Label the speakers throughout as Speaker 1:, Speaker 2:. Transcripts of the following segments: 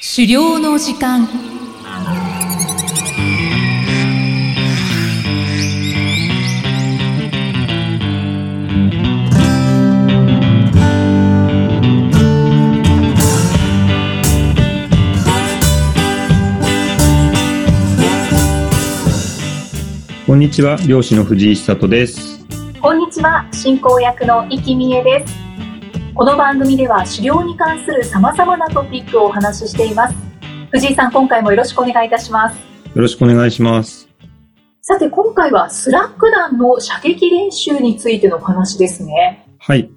Speaker 1: 狩猟の時間
Speaker 2: こんにちは、漁師の藤井久人です。
Speaker 3: こんにちは、進行役の生きみえです。この番組では狩猟に関する様々なトピックをお話ししています。藤井さん、今回もよろしくお願いいたします。
Speaker 2: よろしくお願いします。
Speaker 3: さて、今回はスラック弾の射撃練習についてのお話ですね。
Speaker 2: はい。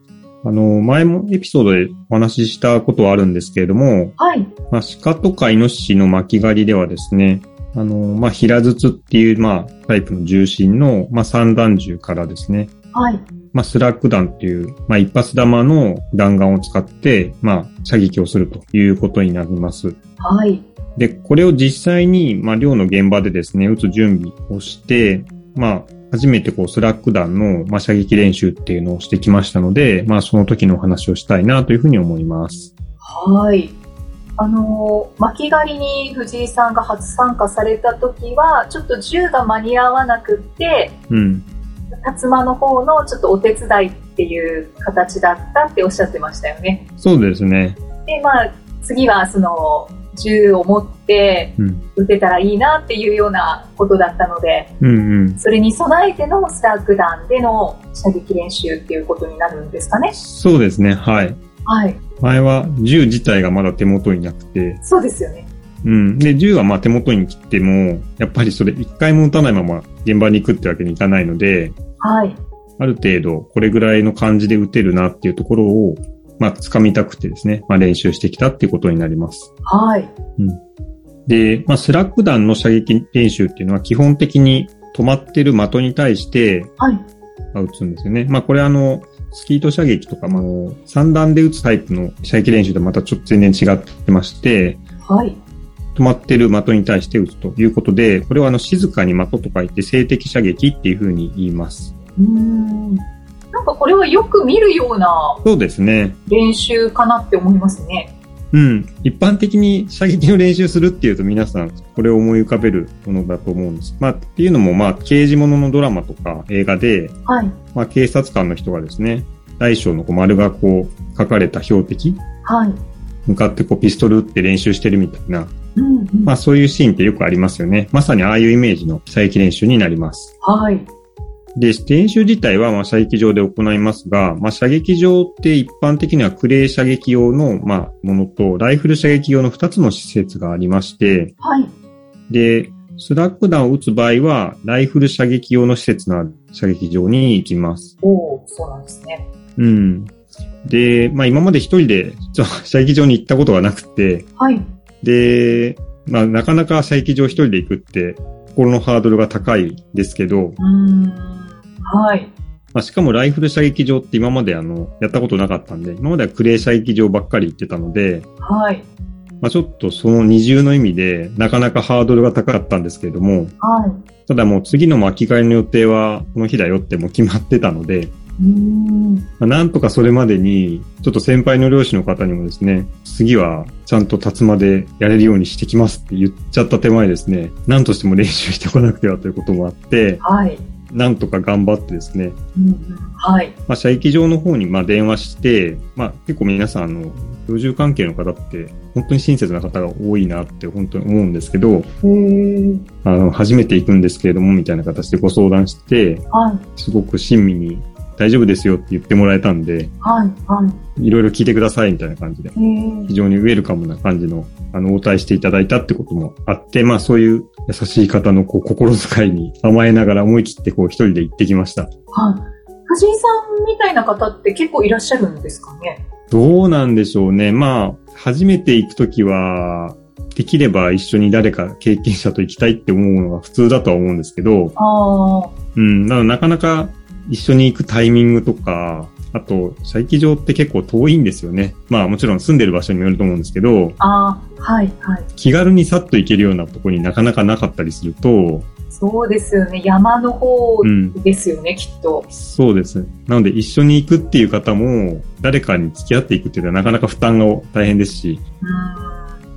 Speaker 2: あの、前もエピソードでお話ししたことはあるんですけれども、
Speaker 3: はい。
Speaker 2: まあ、鹿とかイノシシの巻き狩りではですね、あの、まあ、平筒っていう、まあ、タイプの重心の、まあ、三段銃からですね、
Speaker 3: はい。
Speaker 2: まあ、スラック弾っていう、まあ、一発弾の弾丸を使って、まあ、射撃をするということになります。
Speaker 3: はい。
Speaker 2: で、これを実際に、まあ、漁の現場でですね、撃つ準備をして、まあ、初めてこう、スラック弾の、まあ、射撃練習っていうのをしてきましたので、まあ、その時のお話をしたいなというふうに思います。
Speaker 3: はい。あのー巻き狩りに藤井さんが初参加された時は、ちょっと銃が間に合わなくって、
Speaker 2: うん。
Speaker 3: 辰馬の方のちょっとお手伝いっていう形だったっておっしゃってましたよね。
Speaker 2: そうですね。
Speaker 3: で、まあ、次はその銃を持って
Speaker 2: うん。
Speaker 3: 撃てたらいいなっていうようなことだったので、
Speaker 2: うんうん。
Speaker 3: それに備えてのスラッグ弾での射撃練習っていうことになるんですかね。
Speaker 2: そうですね。はい。
Speaker 3: はい。
Speaker 2: 前は銃自体がまだ手元になくて、
Speaker 3: そうですよね。
Speaker 2: うん。で、銃はまあ手元に来ても、やっぱりそれ一回も撃たないまま現場に行くってわけにいかないので、
Speaker 3: はい。
Speaker 2: ある程度これぐらいの感じで打てるなっていうところを、まあ、掴みたくてですね、まあ、練習してきたっていうことになります。
Speaker 3: はい。
Speaker 2: で、まあ、スラック弾の射撃練習っていうのは基本的に止まってる的に対して
Speaker 3: はい。
Speaker 2: まあ打つんですよね。まあ、これあの、スキート射撃とか、まあ、あの、三段で打つタイプの射撃練習とまたちょっと全然違ってまして、
Speaker 3: はい。
Speaker 2: 止まってる的に対して打つということで、これはあの、静かに的と書いて静的射撃っていうふうに言います。
Speaker 3: うーん。なんかこれはよく見るような
Speaker 2: そうですね。
Speaker 3: 練習かなって思いますね。
Speaker 2: うん。一般的に射撃の練習するっていうと皆さんこれを思い浮かべるものだと思うんです。まあっていうのもまあ刑事もののドラマとか映画で、
Speaker 3: はい。
Speaker 2: まあ警察官の人がですね、大小のこう丸がこう書かれた標的、
Speaker 3: はい。
Speaker 2: 向かってこうピストル撃って練習してるみたいな、
Speaker 3: うん、うん。
Speaker 2: まあそういうシーンってよくありますよね。まさにああいうイメージの射撃練習になります。
Speaker 3: はい。
Speaker 2: で、練習自体はまあ射撃場で行いますが、まあ射撃場って一般的にはクレー射撃用のまあものとライフル射撃用の2つの施設がありまして、
Speaker 3: はい。
Speaker 2: で、スラック弾を撃つ場合は、ライフル射撃用の施設のある射撃場に行きます。
Speaker 3: おお、そうなんですね。
Speaker 2: うん。で、まあ今まで一人で実は射撃場に行ったことがなくて、
Speaker 3: はい。
Speaker 2: で、まあなかなか射撃場一人で行くって、心のハードルが高いですけど、
Speaker 3: うーん。はい。
Speaker 2: まあ、しかもライフル射撃場って今まであの、やったことなかったんで、今まではクレー射撃場ばっかり行ってたので、
Speaker 3: はい。
Speaker 2: まあ、ちょっとその二重の意味で、なかなかハードルが高かったんですけれども、
Speaker 3: はい。
Speaker 2: ただもう次の巻き替えの予定はこの日だよってもう決まってたので、
Speaker 3: うーん。
Speaker 2: まあなんとかそれまでに、ちょっと先輩の漁師の方にもですね、次はちゃんと竜馬でやれるようにしてきますって言っちゃった手前ですね、何としても練習してこなくてはということもあって、
Speaker 3: はい。
Speaker 2: なんとか頑張ってですね、
Speaker 3: うんうん。はい。
Speaker 2: まあ、射撃場の方にまあ電話して、まあ、結構皆さんあの、居住関係の方って本当に親切な方が多いなって本当に思うんですけど、
Speaker 3: へえ。
Speaker 2: あの、初めて行くんですけれどもみたいな形でご相談して、
Speaker 3: はい。
Speaker 2: すごく親身に大丈夫ですよって言ってもらえたんで、
Speaker 3: はい。はい
Speaker 2: ろいろ聞いてくださいみたいな感じで、
Speaker 3: い。へ
Speaker 2: 非
Speaker 3: え。
Speaker 2: 常にウェルカムな感じの、あの、応対していただいたってこともあって、まあそういう優しい方のこう心遣いに甘えながら思い切ってこう一人で行ってきました。
Speaker 3: はい。藤井さんみたいな方って結構いらっしゃるんですかね。
Speaker 2: どうなんでしょうね。まあ、初めて行くときは、できれば一緒に誰か経験者と行きたいって思うのが普通だとは思うんですけど、
Speaker 3: ああ。
Speaker 2: うん、なのでなかなか一緒に行くタイミングとか、あと、射撃場って結構遠いんですよね。まあもちろん住んでる場所にもよると思うんですけど、
Speaker 3: ああ。はい。はい。
Speaker 2: 気軽にさっと行けるようなとこになかなかなかったりすると、
Speaker 3: そうですよね。山の方
Speaker 2: うん、
Speaker 3: ですよね、きっと。
Speaker 2: そうですね。なので一緒に行くっていう方も、誰かに付き合っていくっていうのはなかなか負担が大変ですし、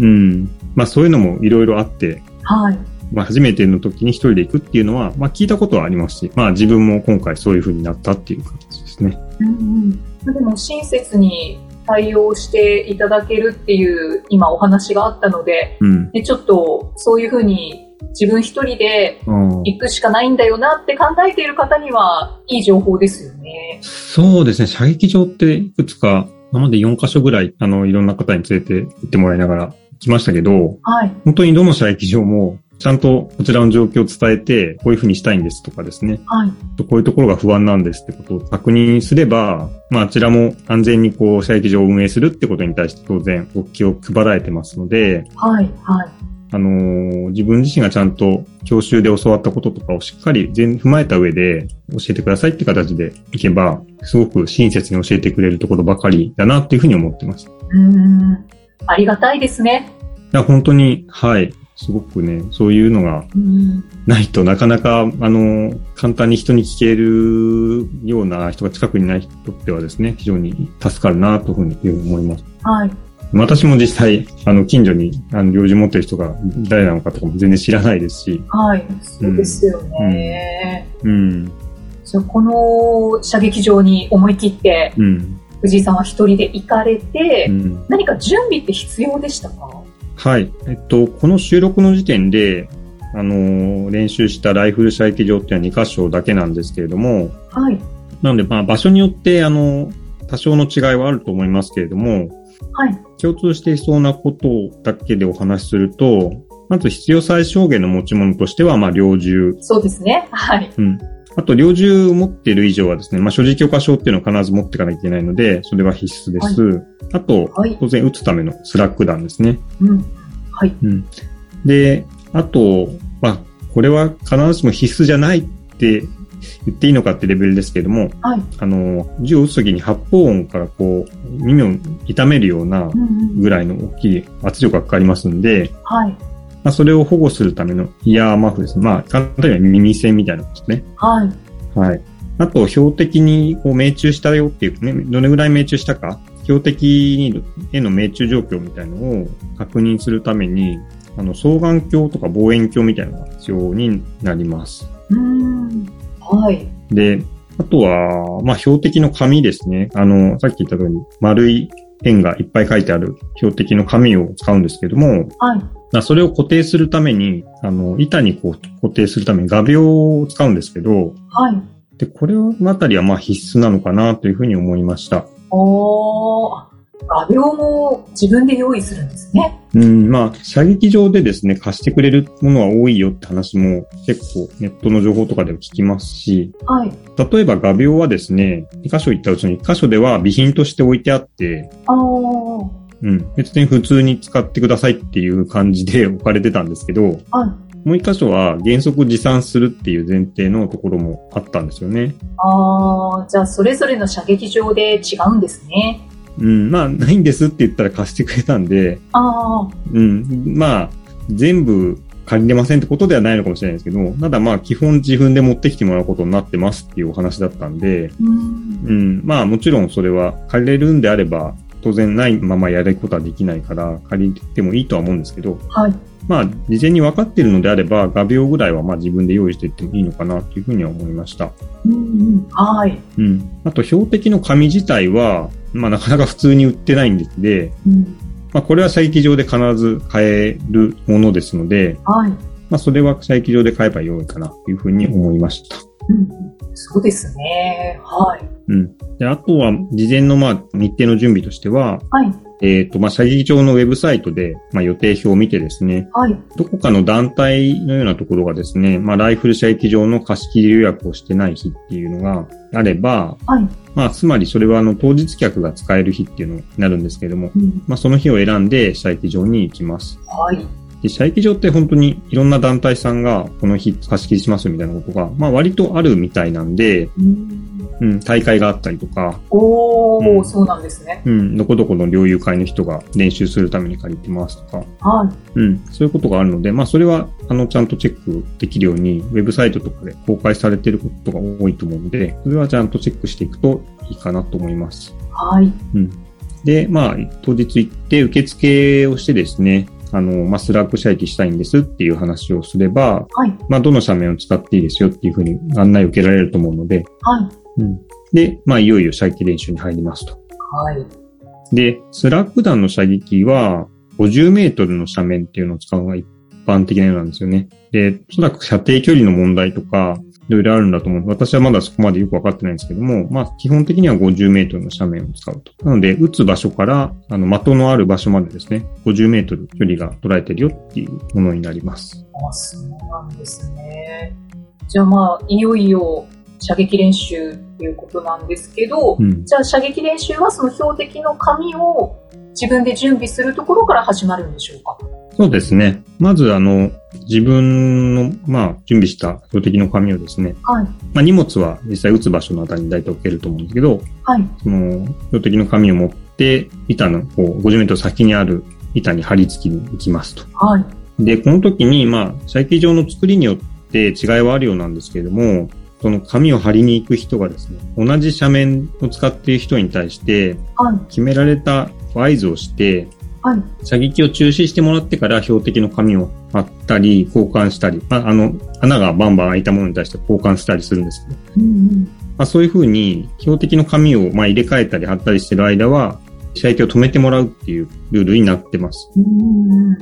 Speaker 3: うーん。
Speaker 2: うん。まあそういうのもいろいろあって、
Speaker 3: はい。
Speaker 2: まあ初めての時に一人で行くっていうのは、まあ聞いたことはありますし、まあ自分も今回そういう風になったっていう形ですね。
Speaker 3: うんうんまあ、でも親切に対応していただけるっていう今お話があったので
Speaker 2: うん。
Speaker 3: でちょっとそういうふうに自分一人で
Speaker 2: あー
Speaker 3: 行くしかないんだよなって考えている方にはいい情報ですよね。
Speaker 2: そうですね。射撃場っていくつか、今まで4カ所ぐらい、あの、いろんな方に連れて行ってもらいながら来ましたけど、
Speaker 3: はい。
Speaker 2: 本当にどの射撃場も、ちゃんとこちらの状況を伝えて、こういう風にしたいんですとかですね。
Speaker 3: はい。
Speaker 2: こういうところが不安なんですってことを確認すれば、まあ、あちらも安全にこう、射撃場を運営するってことに対して当然、お気を配られてますので、
Speaker 3: はい。はい。
Speaker 2: あのー自分自身がちゃんと教習で教わったこととかをしっかり全踏まえた上で教えてくださいって形でいけば、すごく親切に教えてくれるところばかりだなっていうふうに思ってます。だか
Speaker 3: うん。ありがたいですね。
Speaker 2: ら本当に、はい、すごくね、そういうのが
Speaker 3: うん。
Speaker 2: ないとなかなか、あのー簡単に人に聞けるような人が近くにない人にとってはですね、非常に助かるなというふうにいうふうに思います。
Speaker 3: はい。
Speaker 2: 私も実際、あの、近所に、あの、領事持ってる人が誰なのかとかも全然知らないですし、
Speaker 3: はい。そうですよね。
Speaker 2: うん、
Speaker 3: じゃあ、この射撃場に思い切って、
Speaker 2: うん、
Speaker 3: 藤井さんは一人で行かれて、
Speaker 2: うん。
Speaker 3: 何か準備って必要でしたか
Speaker 2: はい。えっと、この収録の時点で、あのー練習したライフル射撃場っていうのは2箇所だけなんですけれども、
Speaker 3: はい。
Speaker 2: なので、まあ、場所によって、あの多少の違いはあると思いますけれども、
Speaker 3: はい。
Speaker 2: 共通していそうなことだけでお話しすると、まず必要最小限の持ち物としては、まあ、猟銃。
Speaker 3: そうですね。はい。
Speaker 2: うん。あと、猟銃を持っている以上はですね、まあ、所持許可証っていうのを必ず持っていかなきゃいけないので、それは必須です。あと、
Speaker 3: はい。
Speaker 2: 当然、撃つためのスラッグ弾ですね。
Speaker 3: うん。はい。
Speaker 2: うん、で、あと、まあ、これは必ずしも必須じゃないって言っていいのかってレベルですけども、
Speaker 3: はい。
Speaker 2: あの、銃を撃つときに発砲音からこう、耳を痛めるような
Speaker 3: うんうん。
Speaker 2: ぐらいの大きい圧力がかかりますんで、
Speaker 3: はい。
Speaker 2: まあ、それを保護するためのイヤーマフです。まあ、簡単には耳栓みたいなことですね。
Speaker 3: はい。
Speaker 2: はい。あと、標的にこう命中したよっていうね、どれぐらい命中したか、標的への命中状況みたいのを確認するために、あの、双眼鏡とか望遠鏡みたいなのが必要になります。
Speaker 3: うーん。はい。
Speaker 2: で、あとは、まあ、標的の紙ですね。あの、さっき言った通り、丸い円がいっぱい書いてある標的の紙を使うんですけども、
Speaker 3: はい。
Speaker 2: まあそれを固定するために、あの、板にこう固定するために画鋲を使うんですけど、
Speaker 3: はい。
Speaker 2: で、これあたりはまあ必須なのかなというふうに思いました。
Speaker 3: おー。画鋲も自分で用意するんですね。
Speaker 2: うん、まあ、射撃場でですね、貸してくれるものは多いよって話も結構ネットの情報とかでも聞きますし、
Speaker 3: はい。
Speaker 2: 例えば画鋲はですね、2箇所行ったうちの1箇所では備品として置いてあって、
Speaker 3: あー。
Speaker 2: うん、別に普通に使ってくださいっていう感じで置かれてたんですけど、も
Speaker 3: はい。
Speaker 2: う1箇所は原則持参するっていう前提のところもあったんですよね。
Speaker 3: あー。じゃあ、それぞれの射撃場で違うんですね。
Speaker 2: うん、まあ、ないんですって言ったら貸してくれたんで、
Speaker 3: あー。
Speaker 2: うん、まあ、全部借りれませんってことではないのかもしれないですけど、ただまあ、基本自分で持ってきてもらうことになってますっていうお話だったんで、
Speaker 3: うーん。
Speaker 2: うん、まあ、もちろんそれは借りれるんであれば、当然ないままやることはできないから、借りてもいいとは思うんですけど、
Speaker 3: はい。
Speaker 2: まあ、事前に分かっているのであれば、画鋲ぐらいはまあ自分で用意していってもいいのかなというふうには思いました。
Speaker 3: うんうん。はい。
Speaker 2: うん。あと、標的の紙自体は、まあ、なかなか普通に売ってないんですで、
Speaker 3: うん。
Speaker 2: まあ、これは射撃場で必ず買えるものですので、
Speaker 3: はい。
Speaker 2: まあ、それは射撃場で買えば良いかなというふうに思いました。
Speaker 3: うん。そうですね。はい。
Speaker 2: うん。で、あとは、事前の、まあ、日程の準備としては、
Speaker 3: はい。
Speaker 2: えっ、と、まあ、射撃場のウェブサイトで、まあ、予定表を見てですね、
Speaker 3: はい。
Speaker 2: どこかの団体のようなところがですね、まあ、ライフル射撃場の貸し切り予約をしてない日っていうのがあれば、
Speaker 3: はい。
Speaker 2: まあ、つまりそれは、あの、当日客が使える日っていうのになるんですけれども、
Speaker 3: うん。
Speaker 2: まあ、その日を選んで射撃場に行きます。
Speaker 3: はい。
Speaker 2: で、射撃場って本当にいろんな団体さんがこの日貸し切りしますみたいなことが、まあ割とあるみたいなんで、
Speaker 3: うん。
Speaker 2: うん、大会があったりとか、
Speaker 3: おー、
Speaker 2: うん
Speaker 3: そうなんですね。
Speaker 2: うん、どこどこの猟友会の人が練習するために借りてますとか、
Speaker 3: はい。
Speaker 2: うん、そういうことがあるので、まあそれは、あの、ちゃんとチェックできるように、ウェブサイトとかで公開されてることが多いと思うので、それはちゃんとチェックしていくといいかなと思います。
Speaker 3: はい。
Speaker 2: うん。で、まあ、当日行って受付をしてですね、あの、まあ、スラック射撃したいんですっていう話をすれば、
Speaker 3: はい。
Speaker 2: まあ、どの斜面を使っていいですよっていうふうに案内を受けられると思うので、
Speaker 3: はい。
Speaker 2: うん、で、まあ、いよいよ射撃練習に入りますと。
Speaker 3: はい。
Speaker 2: で、スラック弾の射撃は、50メートルの斜面っていうのを使うのが一般的なようなんですよね。で、おそらく射程距離の問題とか、いろいろあるんだと思う。私はまだそこまでよくわかってないんですけども、まあ、基本的には50メートルの斜面を使うと。なので、撃つ場所から、あの、的のある場所までですね、50メートル距離が捉えてるよっていうものになります。
Speaker 3: あ、そうなんですね。じゃあまあ、いよいよ射撃練習っていうことなんですけど、
Speaker 2: うん。
Speaker 3: じゃあ射撃練習はその標的の紙を自分で準備するところから始まるんでしょうか。
Speaker 2: そうですね。まず、あの、自分の、まあ、準備した標的の紙をですね、
Speaker 3: はい。
Speaker 2: まあ、荷物は実際打つ場所のあたりに大体置けると思うんですけど、
Speaker 3: はい。
Speaker 2: その標的の紙を持って、板のこう50メートル先にある板に貼り付きに行きますと。
Speaker 3: はい。
Speaker 2: で、この時に、まあ、射撃場の作りによって違いはあるようなんですけれども、その紙を貼りに行く人がですね、同じ斜面を使っている人に対して、
Speaker 3: はい。
Speaker 2: 決められた合図をして、
Speaker 3: はい。
Speaker 2: 射撃を中止してもらってから標的の紙を貼ったり、交換したり、まあ、あの、穴がバンバン開いたものに対して交換したりするんですけど、
Speaker 3: うんうん。
Speaker 2: まあ、そういうふうに標的の紙をまあ入れ替えたり貼ったりしてる間は、射撃を止めてもらうっていうルールになってます。
Speaker 3: うんうん。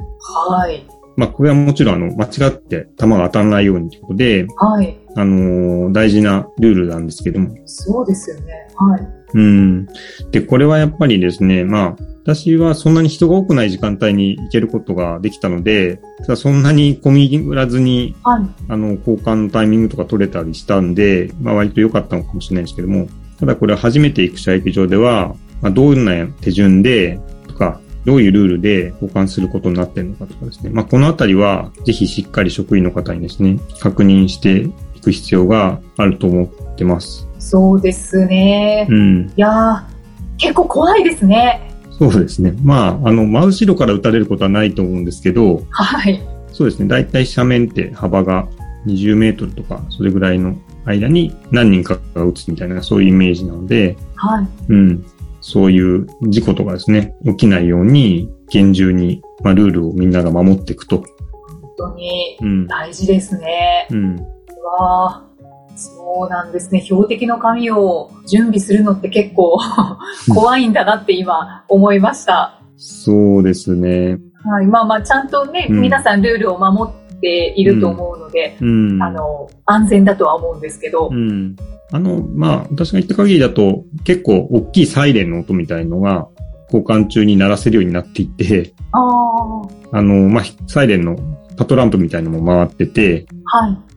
Speaker 3: はい。
Speaker 2: まあ、これはもちろんあの間違って弾が当たらないようにということで、
Speaker 3: はい。
Speaker 2: あのー大事なルールなんですけども。
Speaker 3: そうですよね。はい。
Speaker 2: うん。で、これはやっぱりですね、まあ、私はそんなに人が多くない時間帯に行けることができたので、ただそんなに混み入らずに、
Speaker 3: はい。
Speaker 2: あの、交換のタイミングとか取れたりしたんで、まあ割と良かったのかもしれないですけども、ただこれ初めて行く射撃場では、まあ、どんな手順で、とか、どういうルールで交換することになってるのかとかですね。まあこのあたりは、ぜひしっかり職員の方にですね、確認していく必要があると思ってます。
Speaker 3: そうですね。
Speaker 2: うん。
Speaker 3: いやー、結構怖いですね。
Speaker 2: そうですね。まあ、あの、真後ろから撃たれることはないと思うんですけど、
Speaker 3: はい。
Speaker 2: そうですね。だいたい斜面って幅が20メートルとか、それぐらいの間に何人かが打つみたいな、そういうイメージなので、
Speaker 3: はい。
Speaker 2: うん。そういう事故とかですね、起きないように厳重に、まあ、ルールをみんなが守っていくと。
Speaker 3: 本当に
Speaker 2: うん。
Speaker 3: 大事ですね。
Speaker 2: うん。
Speaker 3: わあ、そうなんですね。標的の紙を準備するのって結構怖いんだなって今思いました。
Speaker 2: そうですね。
Speaker 3: はい、まあまあちゃんとね、
Speaker 2: うん
Speaker 3: 皆さんルールを守っていると思うので、
Speaker 2: うん。
Speaker 3: あの、安全だとは思うんですけど、
Speaker 2: うん。あの、まあ、私が言った限りだと、結構大きいサイレンの音みたいのが、交換中に鳴らせるようになっていて、
Speaker 3: ああ、は
Speaker 2: あの、まあ、サイレンのパトランプみたいのも回ってて、
Speaker 3: い、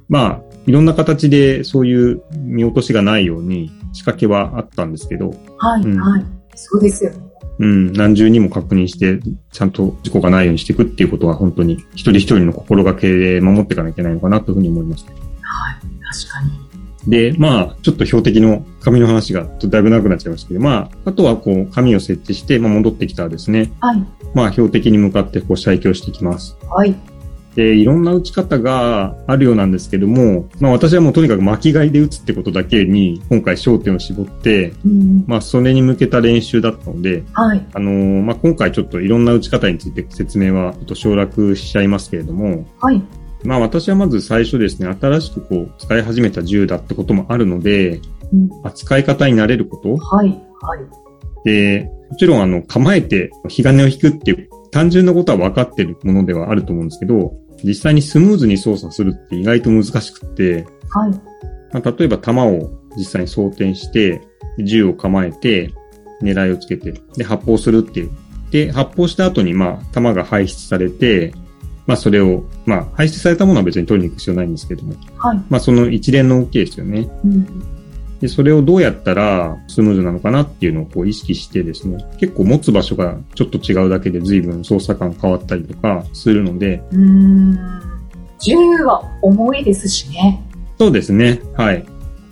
Speaker 2: まあ、いろんな形でそういう見落としがないように仕掛けはあったんですけど、
Speaker 3: はい、
Speaker 2: うん
Speaker 3: はい。そうですよね。
Speaker 2: うん、何重にも確認して、ちゃんと事故がないようにしていくっていうことは本当に一人一人の心がけで守っていかなきゃいけないのかなというふうに思います。
Speaker 3: 確かに。
Speaker 2: で、まあ、ちょっと標的の紙の話がちょっとだいぶ長くなっちゃいましたけど、まあ、あとはこう、紙を設置して、まあ、戻ってきたらですね、
Speaker 3: はい、
Speaker 2: まあ、標的に向かってこう、射撃をしていきます。
Speaker 3: はい、
Speaker 2: で、いろんな打ち方があるようなんですけども、まあ私はもうとにかく巻き貝で打つってことだけに今回焦点を絞って、
Speaker 3: うん、
Speaker 2: まあそれに向けた練習だったので、
Speaker 3: はい、
Speaker 2: あのーまあ今回ちょっといろんな打ち方について説明はちょっと省略しちゃいますけれども、
Speaker 3: はい、
Speaker 2: まあ私はまず最初ですね、新しくこう使い始めた銃だってこともあるので、
Speaker 3: うん
Speaker 2: 扱い方に慣れること
Speaker 3: はい、はい。
Speaker 2: で、もちろんあの、構えて火金を引くっていう単純なことは分かってるものではあると思うんですけど、実際にスムーズに操作するって意外と難しくって、
Speaker 3: はい、
Speaker 2: まあ、例えば弾を実際に装填して、銃を構えて、狙いをつけて、で、発砲するっていう。で、発砲した後に、まあ、弾が排出されて、まあ、それを、まあ、排出されたものは別に取りに行く必要ないんですけども、
Speaker 3: はい、
Speaker 2: まあ、その一連の動きですよね。
Speaker 3: うん、
Speaker 2: で、それをどうやったらスムーズなのかなっていうのをこう意識してですね、結構持つ場所がちょっと違うだけで随分操作感変わったりとかするので、
Speaker 3: うん。銃は重いですしね。
Speaker 2: そうですね。はい。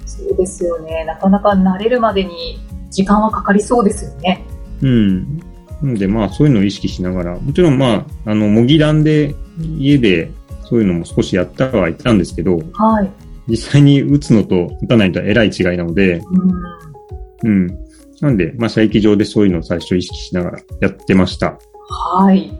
Speaker 3: そうですよね。なかなか慣れるまでに時間はかかりそうですよね。
Speaker 2: うん。なのでまあそういうのを意識しながら、もちろんまあ、あの、模擬弾で家でそういうのも少しやったはいたんですけど、
Speaker 3: はい。
Speaker 2: 実際に打つのと打たないとはえらい違いなので、
Speaker 3: うん。
Speaker 2: うん。なんで、まあ、射撃場でそういうのを最初意識しながらやってました。
Speaker 3: はい。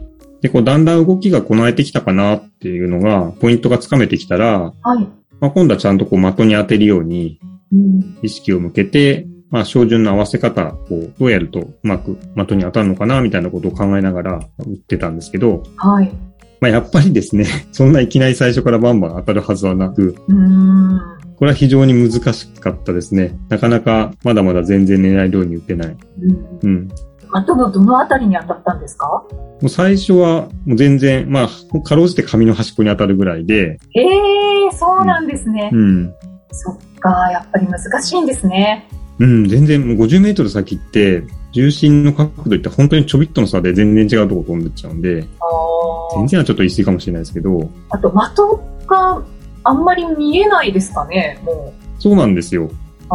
Speaker 2: で、こう、だんだん動きがこなえてきたかなっていうのが、ポイントがつかめてきたら、
Speaker 3: はい。
Speaker 2: まあ、今度はちゃんとこう、的に当てるように
Speaker 3: うん。
Speaker 2: 意識を向けて、まあ、照準の合わせ方をどうやるとうまく的に当たるのかな、みたいなことを考えながら打ってたんですけど、
Speaker 3: はい。
Speaker 2: まあ、やっぱりですね、 そんないきなり最初からバンバン当たるはずはなく、
Speaker 3: うーん。
Speaker 2: これは非常に難しかったですね。なかなかまだまだ全然狙い通りに打てない。
Speaker 3: うん。
Speaker 2: うん。
Speaker 3: 的のどのあたりに当たったんですか
Speaker 2: もう最初はもう全然、まあ、かろうじて紙の端っこに当たるぐらいで、
Speaker 3: ええそうなんですね。
Speaker 2: うん。
Speaker 3: そっか、やっぱり難しいんですね。
Speaker 2: うん、全然もう50メートル先って、重心の角度いって本当にちょびっとの差で全然違うとこ飛んでっちゃうんで、
Speaker 3: あー
Speaker 2: 全然はちょっと言い過ぎかもしれないですけど、
Speaker 3: あと、的があんまり見えないですかね、もう。
Speaker 2: そうなんですよ。
Speaker 3: あ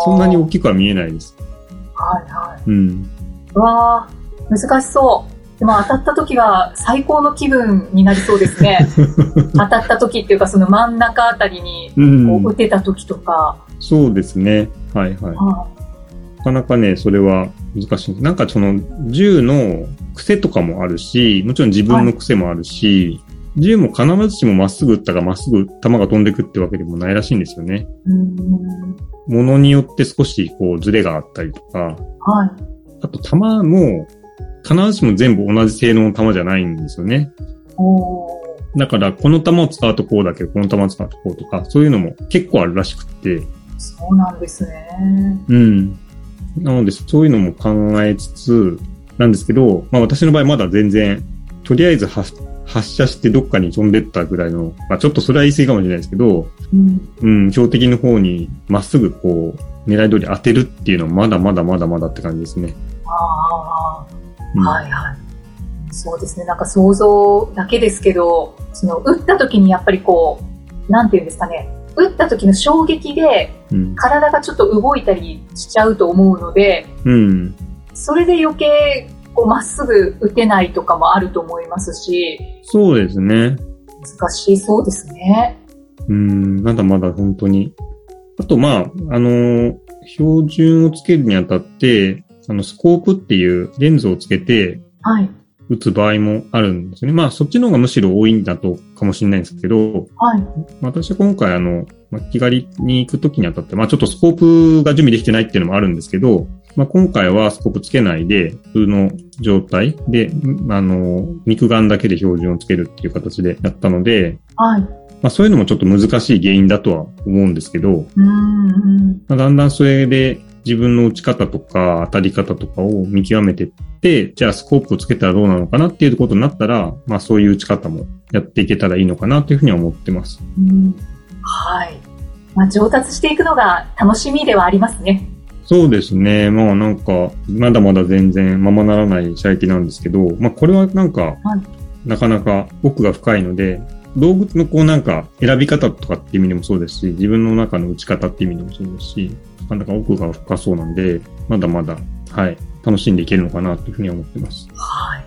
Speaker 3: ー
Speaker 2: そんなに大きくは見えないです。
Speaker 3: はいはい。
Speaker 2: うん。
Speaker 3: うわー難しそう。でも当たった時は最高の気分になりそうです ね。当たった時っていうか、その真ん中あたりに
Speaker 2: う
Speaker 3: こう打
Speaker 2: ん。
Speaker 3: てた時とか。
Speaker 2: そうですね。はいはい。
Speaker 3: あ
Speaker 2: なかなかね、それは難しい。なんかその銃の癖とかもあるし、もちろん自分の癖もあるし、銃も必ずしもまっすぐ打ったがまっすぐ弾が飛んでくってわけでもないらしいんですよね。
Speaker 3: ーうーん
Speaker 2: ものによって少しこうズレがあったりとか、
Speaker 3: はい。
Speaker 2: あと弾も必ずしも全部同じ性能の弾じゃないんですよね。
Speaker 3: おー
Speaker 2: だからこの弾を使うとこうだけど、この弾を使うとこうとか、そういうのも結構あるらしくって、
Speaker 3: そうなんですね。
Speaker 2: うん。なので、そういうのも考えつつ、なんですけど、まあ私の場合まだ全然、とりあえず発発射してどっかに飛んでったぐらいの、まあちょっとそれは言い過ぎかもしれないですけど、
Speaker 3: うん、
Speaker 2: うん、標的の方にまっすぐこう、狙い通り当てるっていうのはまだまだまだまだって感じですね。
Speaker 3: あ
Speaker 2: う
Speaker 3: あ、
Speaker 2: ん、
Speaker 3: はいはい。そうですね。なんか想像だけですけど、その打った時にやっぱりこう、なんていうんですかね。打った時の衝撃で
Speaker 2: うん。
Speaker 3: 体がちょっと動いたりしちゃうと思うので、
Speaker 2: うん。
Speaker 3: それで余計こうまっすぐ打てないとかもあると思いますし、
Speaker 2: そうですね。
Speaker 3: 難しそうですね。
Speaker 2: うん、まだまだ本当に。あと、まあ、あのー標準をつけるにあたって、あの、スコープっていうレンズをつけて、
Speaker 3: はい、
Speaker 2: 打つ場合もあるんですよね。まあ、そっちの方がむしろ多いんだとかもしれないんですけど、
Speaker 3: はい、
Speaker 2: 私は今回、あの、まあ気軽に行くときにあたって、まあ、ちょっとスコープが準備できてないっていうのもあるんですけど、まあ、今回はスコープつけないで、普通の状態で、んあの、肉眼だけで標準をつけるっていう形でやったので、
Speaker 3: はい。
Speaker 2: まあ、そういうのもちょっと難しい原因だとは思うんですけど、
Speaker 3: うん、うん、
Speaker 2: まあだんだんそれで自分の打ち方とか当たり方とかを見極めてって、じゃあスコープをつけたらどうなのかなっていうことになったら、まあそういう打ち方もやっていけたらいいのかなというふうには思ってます。
Speaker 3: うん。はい。まあ、上達していくのが楽しみではありますね。
Speaker 2: そうですね。まあなんか、まだまだ全然ままならない射撃なんですけど、まあこれはなんか、なかなか奥が深いので、道具のこうなんか選び方とかっていう意味でもそうですし、自分の中の打ち方っていう意味でもそうですし、なかなか奥が深そうなんで、まだまだ、はい、楽しんでいけるのかなというふうには思ってます。
Speaker 3: はい。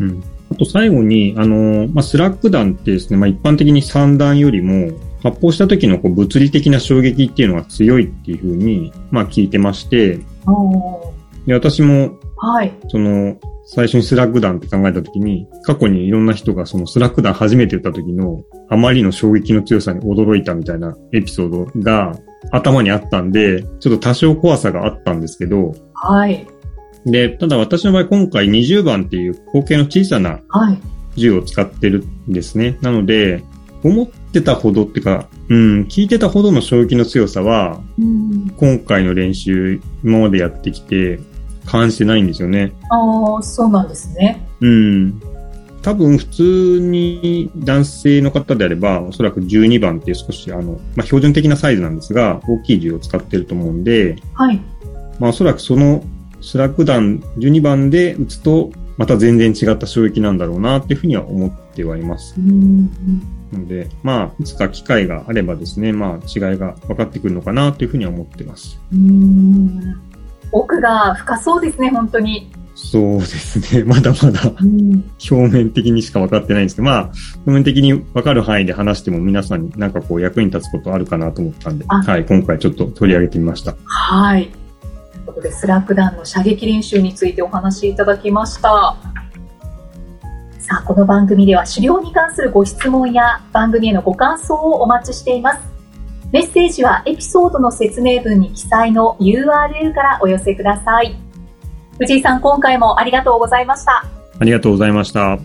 Speaker 2: うん。あと最後に、あのーまあ、スラッグ弾ってですね、まあ、一般的に散弾よりも、発砲した時のこう物理的な衝撃っていうのが強いっていうふうに、まあ聞いてまして、
Speaker 3: おー
Speaker 2: で、私も
Speaker 3: はい。
Speaker 2: その、最初にスラッグ弾って考えたときに、過去にいろんな人がそのスラッグ弾初めて打った時の、あまりの衝撃の強さに驚いたみたいなエピソードが頭にあったんで、ちょっと多少怖さがあったんですけど、
Speaker 3: はい。
Speaker 2: で、ただ私の場合今回20番っていう口径の小さな
Speaker 3: はい。
Speaker 2: 銃を使ってるんですね。なので、思ってたほどってか、うん、聞いてたほどの衝撃の強さは、
Speaker 3: うん。
Speaker 2: 今回の練習、今までやってきて、感じてないんですよね。
Speaker 3: ああ、そうなんですね。
Speaker 2: うん。多分普通に男性の方であれば、おそらく12番っていう少しあの、まあ、標準的なサイズなんですが、大きい銃を使ってると思うんで、
Speaker 3: はい。
Speaker 2: まあ、おそらくそのスラッグ弾12番で撃つと、また全然違った衝撃なんだろうなっていうふうには思ってはいます。
Speaker 3: うん。
Speaker 2: ので、まあ、いつか機会があればですね、まあ、違いが分かってくるのかなというふうには思ってます。
Speaker 3: うん。奥が深そうですね、本当に。
Speaker 2: そうですね。 まだまだ
Speaker 3: うん。
Speaker 2: 表面的にしか分かってないんですけど、まあ、表面的に分かる範囲で話しても皆さんになんかこう役に立つことあるかなと思ったんで、
Speaker 3: あ
Speaker 2: はい、今回ちょっと取り上げてみました。
Speaker 3: はい。なるほことで、スラック弾の射撃練習についてお話しいただきました。さあ、この番組では狩猟に関するご質問や番組へのご感想をお待ちしています。メッセージはエピソードの説明文に記載の URL からお寄せください。藤井さん、今回もありがとうございました。
Speaker 2: ありがとうございました。